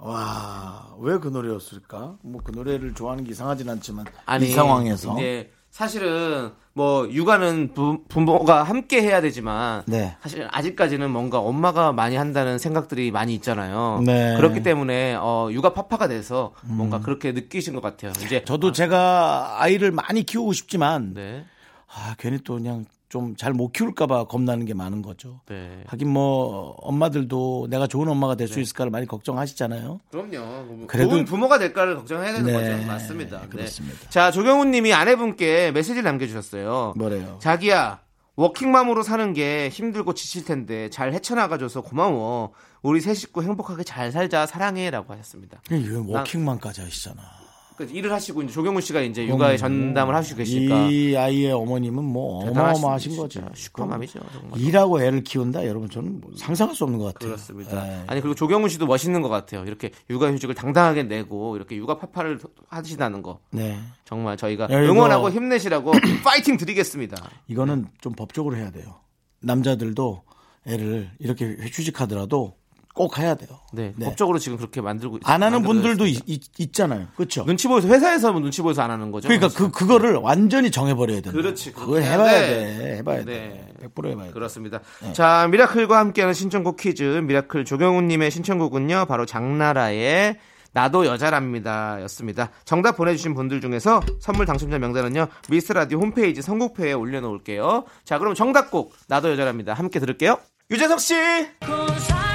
와, 왜 그 노래였을까? 뭐 그 노래를 좋아하는 게 이상하진 않지만 이 상황에서 이제 사실은 뭐 육아는 부, 부모가 함께 해야 되지만 네. 사실 아직까지는 뭔가 엄마가 많이 한다는 생각들이 많이 있잖아요. 네. 음. 그렇기 때문에 어 육아 파파가 돼서 뭔가 그렇게 느끼신 것 같아요. 이제 저도 제가 아이를 많이 키우고 싶지만 네. 아, 괜히 또 그냥 좀 잘 못 키울까봐 겁나는 게 많은 거죠. 네. 하긴 뭐 엄마들도 내가 좋은 엄마가 될 수 있을까를 많이 걱정하시잖아요. 그럼요. 뭐 그래도- 좋은 부모가 될까를 걱정해야 되는 네, 거죠. 맞습니다. 네. 그렇습니다. 자, 조경훈 님이 아내분께 메시지를 남겨주셨어요. 뭐래요? 자기야, 워킹맘으로 사는 게 힘들고 지칠 텐데 잘 헤쳐나가줘서 고마워. 우리 세 식구 행복하게 잘 살자. 사랑해. 라고 하셨습니다. 이건 워킹맘까지 하시잖아. 그 일을 하시고 이제 조경훈 씨가 이제 육아에 전담을 하시고 계시니까. 이 아이의 어머님은 뭐 대단하십니다, 어마어마하신 진짜. 거죠. 슈퍼맘이죠. 정말. 일하고 애를 키운다? 여러분 저는 뭐 상상할 수 없는 것 같아요. 그렇습니다. 예. 아니 그리고 조경훈 씨도 멋있는 것 같아요. 이렇게 육아휴직을 당당하게 내고 이렇게 육아 파파를 하시다는 거 네. 정말 저희가 야, 이거- 응원하고 힘내시라고 파이팅 드리겠습니다. 네. 이거는 좀 법적으로 해야 돼요. 남자들도 애를 이렇게 휴직하더라도 꼭 해야 돼요. 네, 네. 법적으로 지금 그렇게 만들고 있- 안 하는 만들어졌습니다. 분들도 있, 있- 있잖아요. 그렇죠? 눈치 보여서 회사에서 뭐 눈치 보여서 안 하는 거죠. 그러니까 그 그거를 완전히 정해버려야 된다. 그렇지, 그거 그렇게 해봐야 해야 돼. 돼. 해봐야 네. 돼. 100% 해봐야 돼. 그렇습니다. 자, 미라클과 함께하는 신청곡 퀴즈. 미라클 조경훈님의 신청곡은요, 바로 장나라의 나도 여자랍니다. 였습니다. 정답 보내주신 분들 중에서 선물 당첨자 명단은요, 미스라디오 홈페이지 선곡표에 올려놓을게요. 자, 그럼 정답곡, 나도 여자랍니다. 함께 들을게요. 유재석 씨! 고선한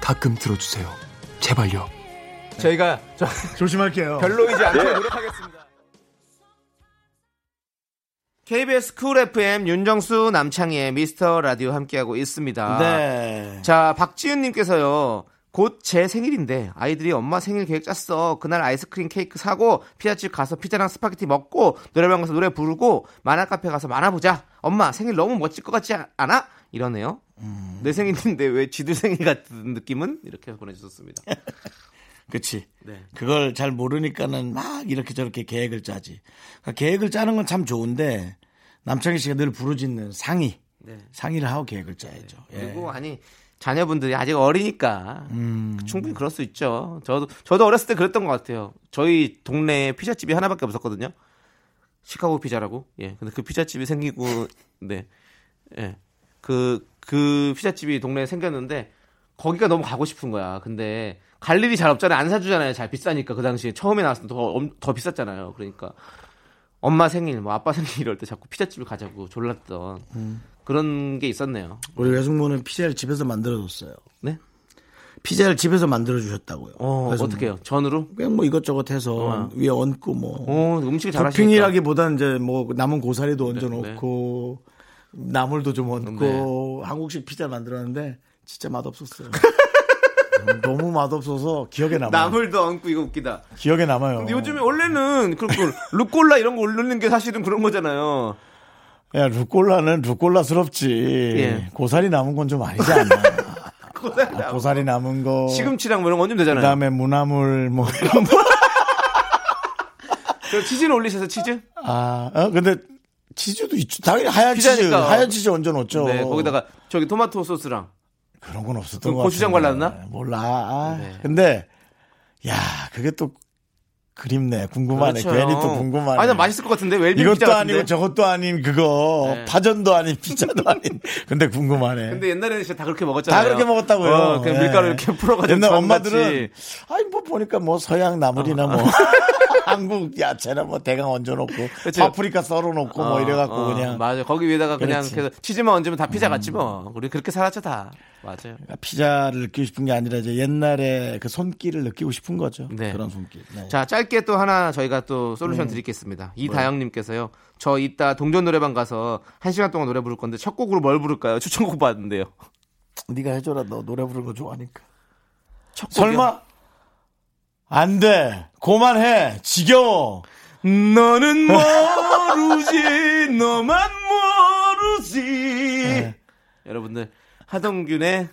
가끔 들어주세요. 제발요. 저희가 저- 조심할게요. 별로이지 않게 노력하겠습니다. KBS 쿨 FM 윤정수 남창희의 미스터 라디오 함께하고 있습니다. 네. 자, 박지윤님께서요. 곧 제 생일인데 아이들이 엄마 생일 계획 짰어. 그날 아이스크림 케이크 사고 피자집 가서 피자랑 스파게티 먹고 노래방 가서 노래 부르고 만화 카페 가서 만화 보자. 엄마 생일 너무 멋질 것 같지 않아? 이러네요. 내 생일인데 왜 지들 생일 같은 느낌은 이렇게 보내주셨습니다. 그치. 네. 그걸 잘 모르니까는 막 이렇게 저렇게 계획을 짜지. 그러니까 계획을 짜는 건 참 좋은데 남창희 씨가 늘 부르짖는 상의. 상의를 하고 계획을 짜야죠. 예. 네. 그리고 아니 자녀분들이 아직 어리니까 충분히 그럴 수 있죠. 저도 저도 어렸을 때 그랬던 것 같아요. 저희 동네에 피자집이 하나밖에 없었거든요. 시카고 피자라고. 예. 근데 그 피자집이 생기고 네. 예. 그 그 피자집이 동네에 생겼는데 거기가 너무 가고 싶은 거야. 근데 갈 일이 잘 없잖아요. 안 사주잖아요. 잘 비싸니까 그 당시에 처음에 나왔을 때 더 더 비쌌잖아요. 그러니까 엄마 생일, 뭐 아빠 생일 이럴 때 자꾸 피자집을 가자고 졸랐던 그런 게 있었네요. 우리 외숙모는 피자를 집에서 만들어줬어요. 네? 피자를 집에서 만들어주셨다고요. 어, 그래서 어떻게 해요? 전으로? 그냥 뭐 이것저것 해서 위에 얹고 뭐 어, 음식을 잘하시니까. 토핑이라기보단 이제 뭐 남은 고사리도 얹어 네. 놓고 나물도 좀 얹고 한국식 피자 만들었는데 진짜 맛없었어요. 너무 맛없어서 기억에 남아요. 나물도 얹고 이거 웃기다. 기억에 남아요. 근데 요즘에 원래는 그렇고 루꼴라 이런 거 올리는 게 사실은 그런 거잖아요. 야, 루꼴라는 루꼴라스럽지. 예. 고사리 남은 건 좀 아니지 않나. 고사리 아, 고사리 남은 거. 시금치랑 뭐 이런 거 얹으면 되잖아요. 그다음에 무나물 뭐 이런 거. 그 치즈는 올리셔서 치즈? 아, 어? 근데 치즈도 있죠. 당연히 하얀 치즈, 피자니까. 하얀 치즈 얹어 놓죠. 네, 거기다가 저기 토마토 소스랑 그런 건 없었던 그 것 같아요. 고추장 발랐나? 몰라. 아, 네. 근데 야 그게 또 그립네. 궁금하네. 그렇죠. 괜히 또 궁금하네. 아니, 나 맛있을 것 같은데 웰빙 피자 이것도 같은데. 아니고 저것도 아닌 그거 네. 파전도 아닌 피자도 아닌. 근데 궁금하네. 근데 옛날에는 진짜 다 그렇게 먹었잖아요. 다 그렇게 먹었다고요. 네. 어, 그냥 밀가루 이렇게 풀어가지고 옛날 전같이. 어. 엄마들은 아니 뭐 보니까 뭐 서양 나물이나 뭐 한국 야채나 뭐 대강 얹어놓고 그치. 파프리카 썰어놓고 뭐 이래갖고 어, 그냥 맞아. 거기 위에다가 그냥 그렇지. 음. 계속 치즈만 얹으면 다 피자 같지 뭐. 우리 그렇게 살았죠 다. 맞아요. 피자를 느끼고 싶은 게 아니라 이제 옛날에 그 손길을 느끼고 싶은 거죠. 네. 그런 손길. 네. 자, 짧게 또 하나 저희가 또 솔루션 드리겠습니다. 이다영님께서요. 저 이따 동전 노래방 가서 한 시간 동안 노래 부를 건데 첫 곡으로 뭘 부를까요? 추천곡 받는데요. 네가 해줘라. 너 노래 부르는 거 좋아하니까. 첫 곡이요? 설마 안 돼. 고만해. 지겨워. 너는 모르지, 너만 모르지. 여러분들 하동균의 네.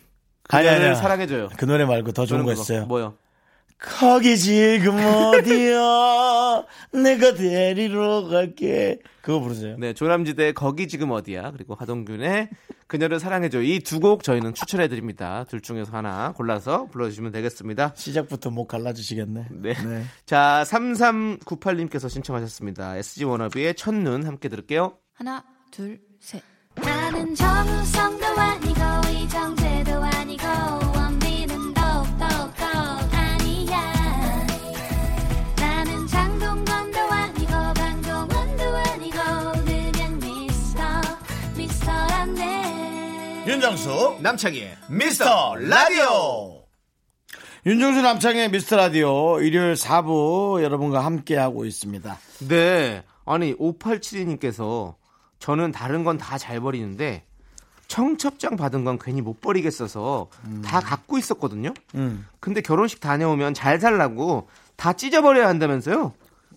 아니, 아니, 그녀를 아니. 사랑해줘요. 그 노래 말고 더 좋은 저는 거 그거. 있어요. 뭐요? 거기 지금 어디야? 내가 데리러 갈게. 그거 부르세요. 네, 조남지대 거기 지금 어디야? 그리고 하동균의 그녀를 사랑해줘. 이 두 곡 저희는 추천해드립니다. 둘 중에서 하나 골라서 불러주시면 되겠습니다. 시작부터 목 갈라주시겠네. 네. 자, 3398님께서 신청하셨습니다. SG 워너비의 첫눈 함께 들을게요. 하나, 둘, 셋. 나는 정우성도 아니고 이정재도 아니고 원빈은 더욱더 아니야 나는 장동건도 아니고 강동원도 아니고 그냥 미스터 미스터란데 윤정수 남창희의 미스터 라디오. 윤정수 남창의 미스터 라디오 일요일 4부 여러분과 함께하고 있습니다. 네. 아니, 5872님께서 저는 다른 건 다 잘 버리는데 청첩장 받은 건 괜히 못 버리겠어서 다 갖고 있었거든요. 근데 결혼식 다녀오면 잘 살라고 다 찢어버려야 한다면서요?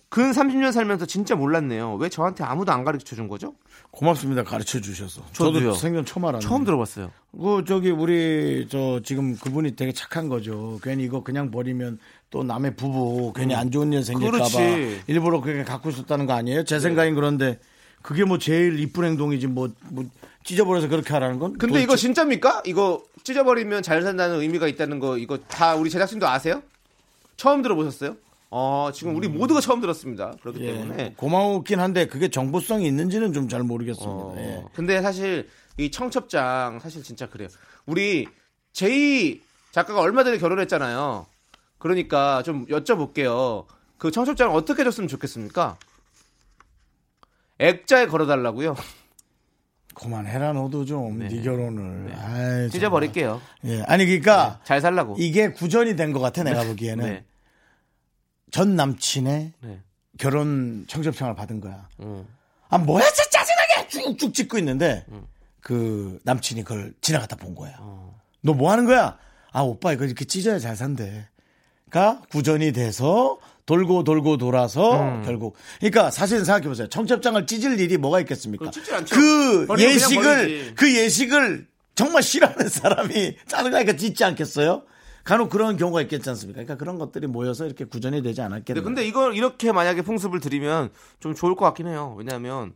근 30년 살면서 진짜 몰랐네요. 왜 저한테 아무도 안 가르쳐 준 거죠? 고맙습니다. 가르쳐 주셔서. 저도요. 생전 처음 알았는데. 처음 들어봤어요. 그 저기 우리 저 지금 그분이 되게 착한 거죠. 괜히 이거 그냥 버리면 또 남의 부부 괜히 안 좋은 일 생길까봐 음. 그렇지. 네. 일부러 그렇게 갖고 있었다는 거 아니에요? 제 생각엔 그런데 그게 뭐 제일 이쁜 행동이지 뭐, 뭐 찢어버려서 그렇게 하라는 건. 근데 이거 도대체- 진짜입니까? 이거 찢어버리면 잘 산다는 의미가 있다는 거 이거 다 우리 제작진도 아세요? 처음 들어보셨어요? 어, 지금 우리 모두가 처음 들었습니다. 그렇기 때문에 예, 고마웠긴 한데 그게 정보성이 있는지는 좀 잘 모르겠습니다. 어, 예. 근데 사실 이 청첩장 사실 진짜 그래요. 우리 제이 작가가 얼마 전에 결혼했잖아요. 그러니까 좀 여쭤볼게요. 그 청첩장 어떻게 줬으면 좋겠습니까? 액자에 걸어달라고요. 그만해라 너도 좀네 결혼을 아이, 찢어버릴게요. 정말. 예. 아니 그러니까 잘 살라고. 이게 구전이 된 것 같아 내가 보기에는 네. 전 남친의 네. 결혼 청첩장을 받은 거야. 음. 아 뭐야 진짜 짜증나게 쭉쭉 찍고 있는데 그 남친이 그걸 지나갔다 본 거야. 어. 너 뭐 하는 거야? 아 오빠 이거 이렇게 찢어야 잘 산대. 가 구전이 돼서 돌고 돌고 돌아서 음. 결국 그러니까 사실은 생각해 보세요. 청첩장을 찢을 일이 뭐가 있겠습니까? 그거 찢지 않죠. 버리고 그 그냥 버리지. 예식을 그 예식을 정말 싫어하는 사람이 짜증나니까 찢지 않겠어요? 간혹 그런 경우가 있겠지 않습니까? 그러니까 그런 것들이 모여서 이렇게 구전이 되지 근데, 않았겠나. 네, 근데 이걸 이렇게 만약에 풍습을 들이면 좀 좋을 것 같긴 해요. 왜냐하면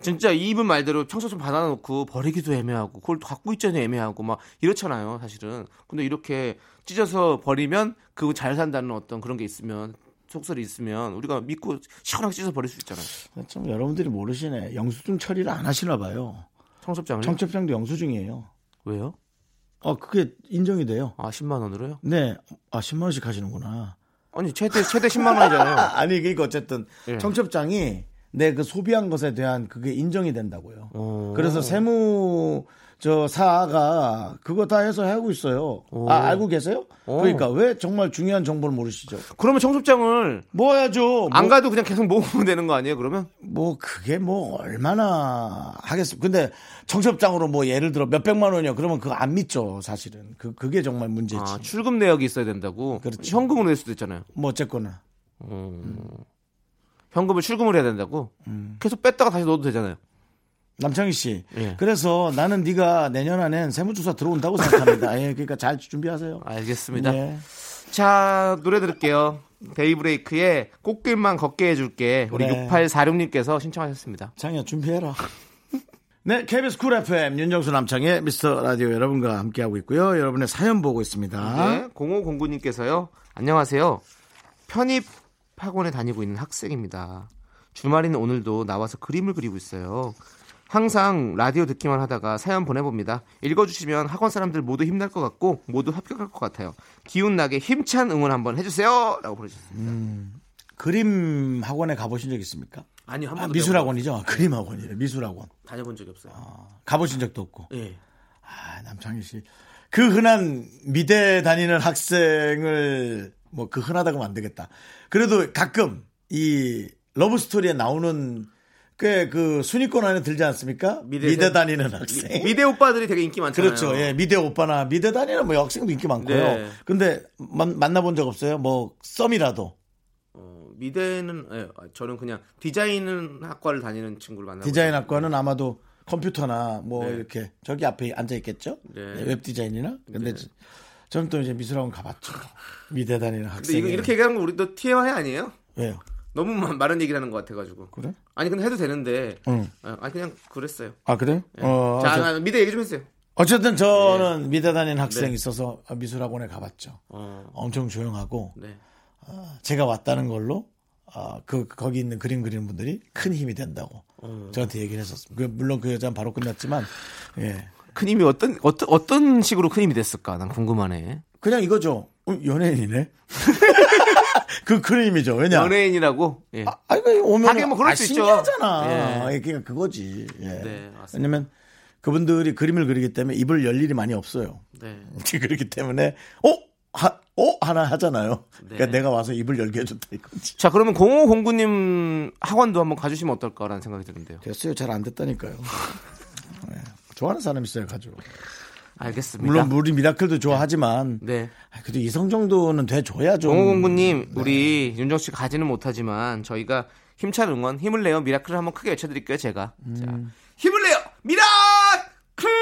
진짜 이분 말대로 청소좀 받아놓고 버리기도 애매하고 그걸 또 갖고 있자니 애매하고 막 이렇잖아요. 사실은. 근데 이렇게 찢어서 버리면 그거 잘 산다는 어떤 그런 게 있으면 속설이 있으면 우리가 믿고 시원하게 찢어 버릴 수 있잖아요. 참 여러분들이 모르시네. 영수증 처리를 안 하시나 봐요. 청첩장을 청첩장도 영수증이에요. 왜요? 아 그게 인정이 돼요. 아 10만 원으로요? 네, 아 10만 원씩 하시는구나. 아니 최대 최대 10만 원이잖아요. 아, 아니 그러니까 어쨌든 예. 청첩장이 내 그 소비한 것에 대한 그게 인정이 된다고요. 오. 그래서 세무 저 사가 그거 다 해서 하고 있어요. 아 알고 계세요? 그러니까 왜 정말 중요한 정보를 모르시죠? 그러면 청첩장을 뭐야죠? 안 가도 그냥 계속 모으면 되는 거 아니에요? 그러면 뭐 그게 뭐 얼마나 하겠습니까? 근데 청첩장으로 뭐 예를 들어 몇 백만 원이요. 그러면 그거 안 믿죠, 사실은. 그 그게 정말 문제지. 아, 출금 내역이 있어야 된다고. 그렇죠. 현금으로 낼 수도 있잖아요. 뭐 어쨌거나 현금을 출금을 해야 된다고. 계속 뺐다가 다시 넣어도 되잖아요. 남창희 씨. 예. 그래서 나는 네가 내년 안엔 세무조사 들어온다고 생각합니다. 예, 그러니까 잘 준비하세요. 아, 알겠습니다. 예. 네. 자, 노래 들을게요. 데이브레이크의 꽃길만 걷게 해줄게. 우리 그래. 6846님께서 신청하셨습니다. 창희야 준비해라. 네, KBS 쿨 FM 윤정수 남창의 미스터 라디오 여러분과 함께하고 있고요. 여러분의 사연 보고 있습니다. 네, 0509님께서요. 안녕하세요. 편입 학원에 다니고 있는 학생입니다. 주말인 오늘도 나와서 그림을 그리고 있어요. 항상 라디오 듣기만 하다가 사연 보내봅니다. 읽어주시면 학원 사람들 모두 힘날 것 같고 모두 합격할 것 같아요. 기운 나게 힘찬 응원 한번 해주세요. 라고 보내주셨습니다. 그림 학원에 가보신 적 있습니까? 아니요, 한 아, 미술학원이죠. 아, 그림 네. 학원이래. 미술학원. 다녀본 적이 없어요. 가보신 적도 없고. 예. 아, 남창희 씨. 그 흔한 미대 다니는 학생을 뭐 그 흔하다고 하면 안 되겠다. 그래도 가끔 이 러브 스토리에 나오는 꽤 그 순위권 안에 들지 않습니까? 미대, 미대 생- 다니는 학생. 미대 오빠들이 되게 인기 많잖아요. 그렇죠. 예, 미대 오빠나 미대 다니는 뭐 여학생도 인기 많고요. 네. 근데 만, 만나본 적 없어요? 뭐 썸이라도 어, 미대는 예, 저는 그냥 디자인 학과를 다니는 친구를 만나고 디자인 학과는 아마도 컴퓨터나 뭐 네. 이렇게 저기 앞에 앉아 있겠죠? 네. 웹 디자인이나. 근데 저는 또 이제 미술학원 가봤죠. 미대 다니는 예. 근데 학생. 이거 이렇게 얘기하는 거 우리도 TMI 아니에요? 왜요? 너무 마- 마른 얘기를 하는 것 같아가지고. 그래? 아니 근데 해도 되는데. 응. 어, 아니 그냥 그랬어요. 아 그래? 예. 어, 자, 어째- 나- 미대 얘기 좀 했어요. 어쨌든 저는 미대 다니는 학생 네. 있어서 미술학원에 가봤죠. 어, 엄청 조용하고 어, 네. 제가 왔다는 걸로 아, 그 거기 있는 그림 그리는 분들이 큰 힘이 된다고 어. 저한테 얘기를 했었습니다. 그, 물론 그 여자는 바로 끝났지만 예. 큰 힘이 어떤 어떤 어떤 식으로 큰 힘이 됐을까? 난 궁금하네. 그냥 이거죠. 어, 연예인이네. 그 그림이죠. 왜냐? 연예인이라고. 예. 아, 아니, 그 오면 하긴 뭐 그럴 아, 수 있죠. 신기하잖아. 예. 예, 그러니까 그거지. 예. 네, 맞습니다. 왜냐면 그분들이 그림을 그리기 때문에 입을 열 일이 많이 없어요. 네. 그렇기 때문에 어? 하, 어? 하나 하잖아요. 그러니까 네. 내가 와서 입을 열게 해줬다 이거지. 자, 그러면 0509님 학원도 한번 가주시면 어떨까라는 생각이 드는데요. 됐어요. 잘 안 됐다니까요. 네. 좋아하는 사람 있어요, 가지고. 알겠습니다. 물론 우리 미라클도 좋아하지만 네. 어, 아, 그래도 이성 정도는 돼줘야죠. 공공군님 우리 윤정 씨 가지는 못하지만 저희가 힘찬 응원 힘을 내요 미라클을 한번 크게 외쳐드릴게요 제가 자 힘을 내요 미라클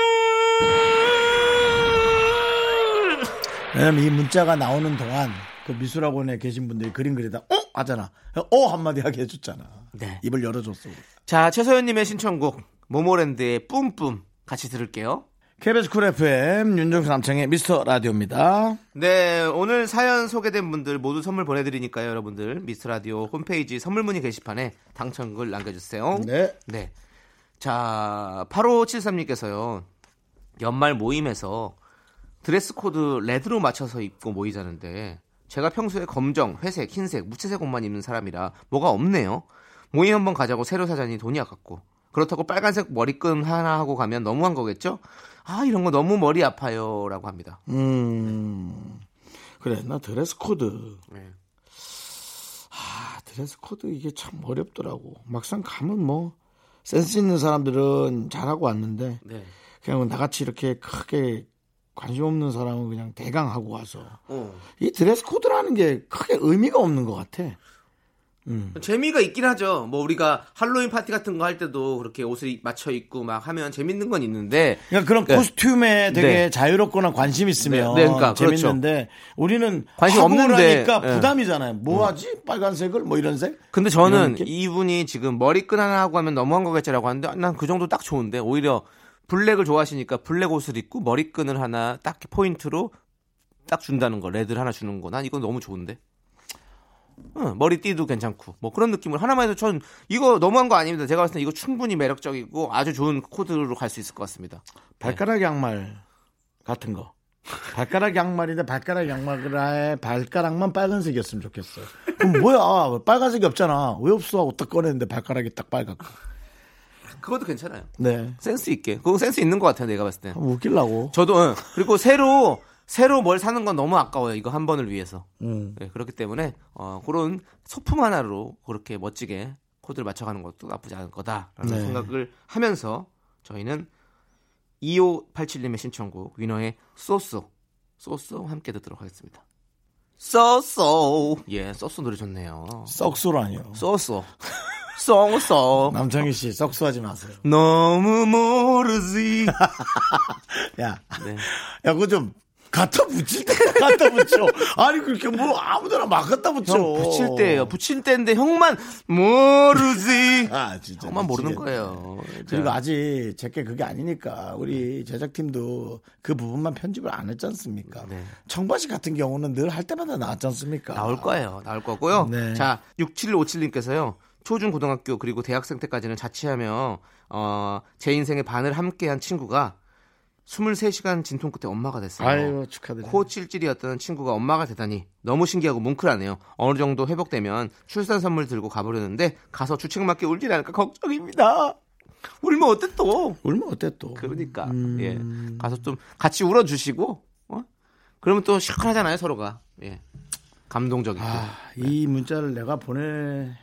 왜냐면 네, 이 문자가 나오는 동안 그 미술학원에 계신 분들이 그림 그리다 어 하잖아. 어 한마디 하게 해줬잖아. 네. 입을 열어줬어. 우리. 자 최소연님의 신청곡 모모랜드의 뿜뿜 같이 들을게요 KBS 쿨 FM 윤정수 남창의 미스터 라디오입니다. 네, 오늘 사연 소개된 분들 모두 선물 보내드리니까요, 여러분들. 미스 라디오 홈페이지 선물문의 게시판에 당첨글 남겨주세요. 네. 네. 자, 8573님께서요, 연말 모임에서 드레스 코드 레드로 맞춰서 입고 모이자는데, 제가 평소에 검정, 회색, 흰색, 무채색 옷만 입는 사람이라 뭐가 없네요. 모임 한번 가자고 새로 사자니 돈이 아깝고, 그렇다고 빨간색 머리끈 하나 하고 가면 너무한 거겠죠? 아, 이런 거 너무 머리 아파요. 라고 합니다. 음 그래 나 드레스 코드 네. 아 드레스 코드 이게 참 어렵더라고. 막상 가면 뭐 센스 있는 사람들은 잘하고 왔는데 네. 그냥 나같이 이렇게 크게 관심 없는 사람은 그냥 대강 하고 와서 어. 이 드레스 코드라는 게 크게 의미가 없는 것 같아. 재미가 있긴 하죠. 뭐 우리가 할로윈 파티 같은 거 할 때도 그렇게 옷을 이- 맞춰 입고 막 하면 재밌는 건 있는데 그러니까 그런 네. 코스튬에 되게 네. 자유롭거나 관심 있으면 네, 네, 그러니까 그렇죠. 재밌는데 우리는 관심 하고 없는데, 하니까 예. 부담이잖아요. 뭐 하지? 빨간색을 뭐 이런 색? 근데 이런 저는 느낌? 이분이 지금 머리끈 하나 하고 하면 너무한 거겠지라고 하는데 난 그 정도 딱 좋은데 오히려 블랙을 좋아하시니까 블랙 옷을 입고 머리끈을 하나 딱 포인트로 딱 준다는 거 레드를 하나 주는 거 난 이건 너무 좋은데 응, 머리띠도 괜찮고 뭐 그런 느낌을 하나만 해도 전 이거 너무한 거 아닙니다 제가 봤을 때 이거 충분히 매력적이고 아주 좋은 코드로 갈 수 있을 것 같습니다 발가락 양말 같은 거. 발가락 양말인데 발가락 양말에 발가락만 빨간색이었으면 좋겠어요. 그럼 뭐야? 빨간색이 없잖아. 왜 없어? 하고 딱 꺼냈는데 발가락이 딱 빨갛고. 그것도 괜찮아요 네. 센스 있게. 그거 센스 있는 것 같아요, 내가 봤을 때. 웃길라고. 저도, 응. 그리고 새로, 새로 뭘 사는 건 너무 아까워요. 이거 한 번을 위해서. 음. 네, 그렇기 때문에, 어, 그런 소품 하나로 그렇게 멋지게 코드를 맞춰가는 것도 나쁘지 않을 거다라는 네. 생각을 하면서 저희는 2587님의 신청곡 위너의 쏘쏘 쏘쏘 함께 듣도록 하겠습니다. 쏘쏘 예, 쏘쏘 노래 좋네요. 썩소라니요. 쏘쏘 쏘쏘 남창희 씨, 썩소하지 마세요. 너무 모르지 야, 네. 야, 그거 좀 갖다 붙일 때 갖다 붙여. 아니 그렇게 뭐 아무데나 막 갖다 붙여. 형 붙일 때예요. 붙일 때인데 형만 모르지. 아 진짜. 형만 모르는 미치겠네. 거예요. 그리고 아직 제게 그게 아니니까 네. 우리 제작팀도 그 부분만 편집을 안 했지 않습니까? 네. 청바지 같은 경우는 늘 할 때마다 나왔지 않습니까? 나올 거예요. 나올 거고요. 네. 자, 6757님께서요. 초중 고등학교 그리고 대학생 때까지는 자취하며 어, 제 인생의 반을 함께한 친구가 23시간 진통 끝에 엄마가 됐어요. 아유 축하드립니다. 코 찔찔이었던 친구가 엄마가 되다니 너무 신기하고 뭉클하네요. 어느 정도 회복되면 출산 선물 들고 가보려는데 가서 주책맞게 울지 않을까 걱정입니다. 울면 어때 또? 울면 어때 또? 그러니까 음. 예 가서 좀 같이 울어주시고 어? 그러면 또 시큰하잖아요 서로가 예 감동적이고 아, 이 문자를 내가 보내면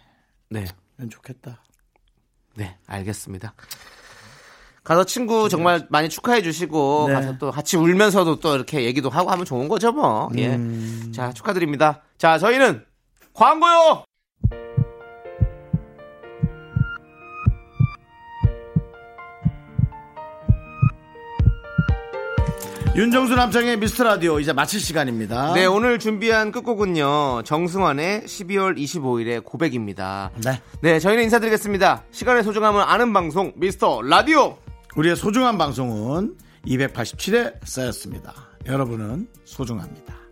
네 좋겠다. 네, 알겠습니다 가서 친구 정말 많이 축하해 주시고 네. 가서 또 같이 울면서도 또 이렇게 얘기도 하고 하면 좋은 거죠 뭐. 뭐예자 축하드립니다 자 저희는 광고요 윤정수 남창의 미스터 라디오 이제 마칠 시간입니다. 네 오늘 준비한 끝곡은요 정승환의 12월 25일의 고백입니다 네. 네 저희는 인사드리겠습니다 시간의 소중함을 아는 방송 미스터 라디오 우리의 소중한 방송은 287회 쌓였습니다. 여러분은 소중합니다.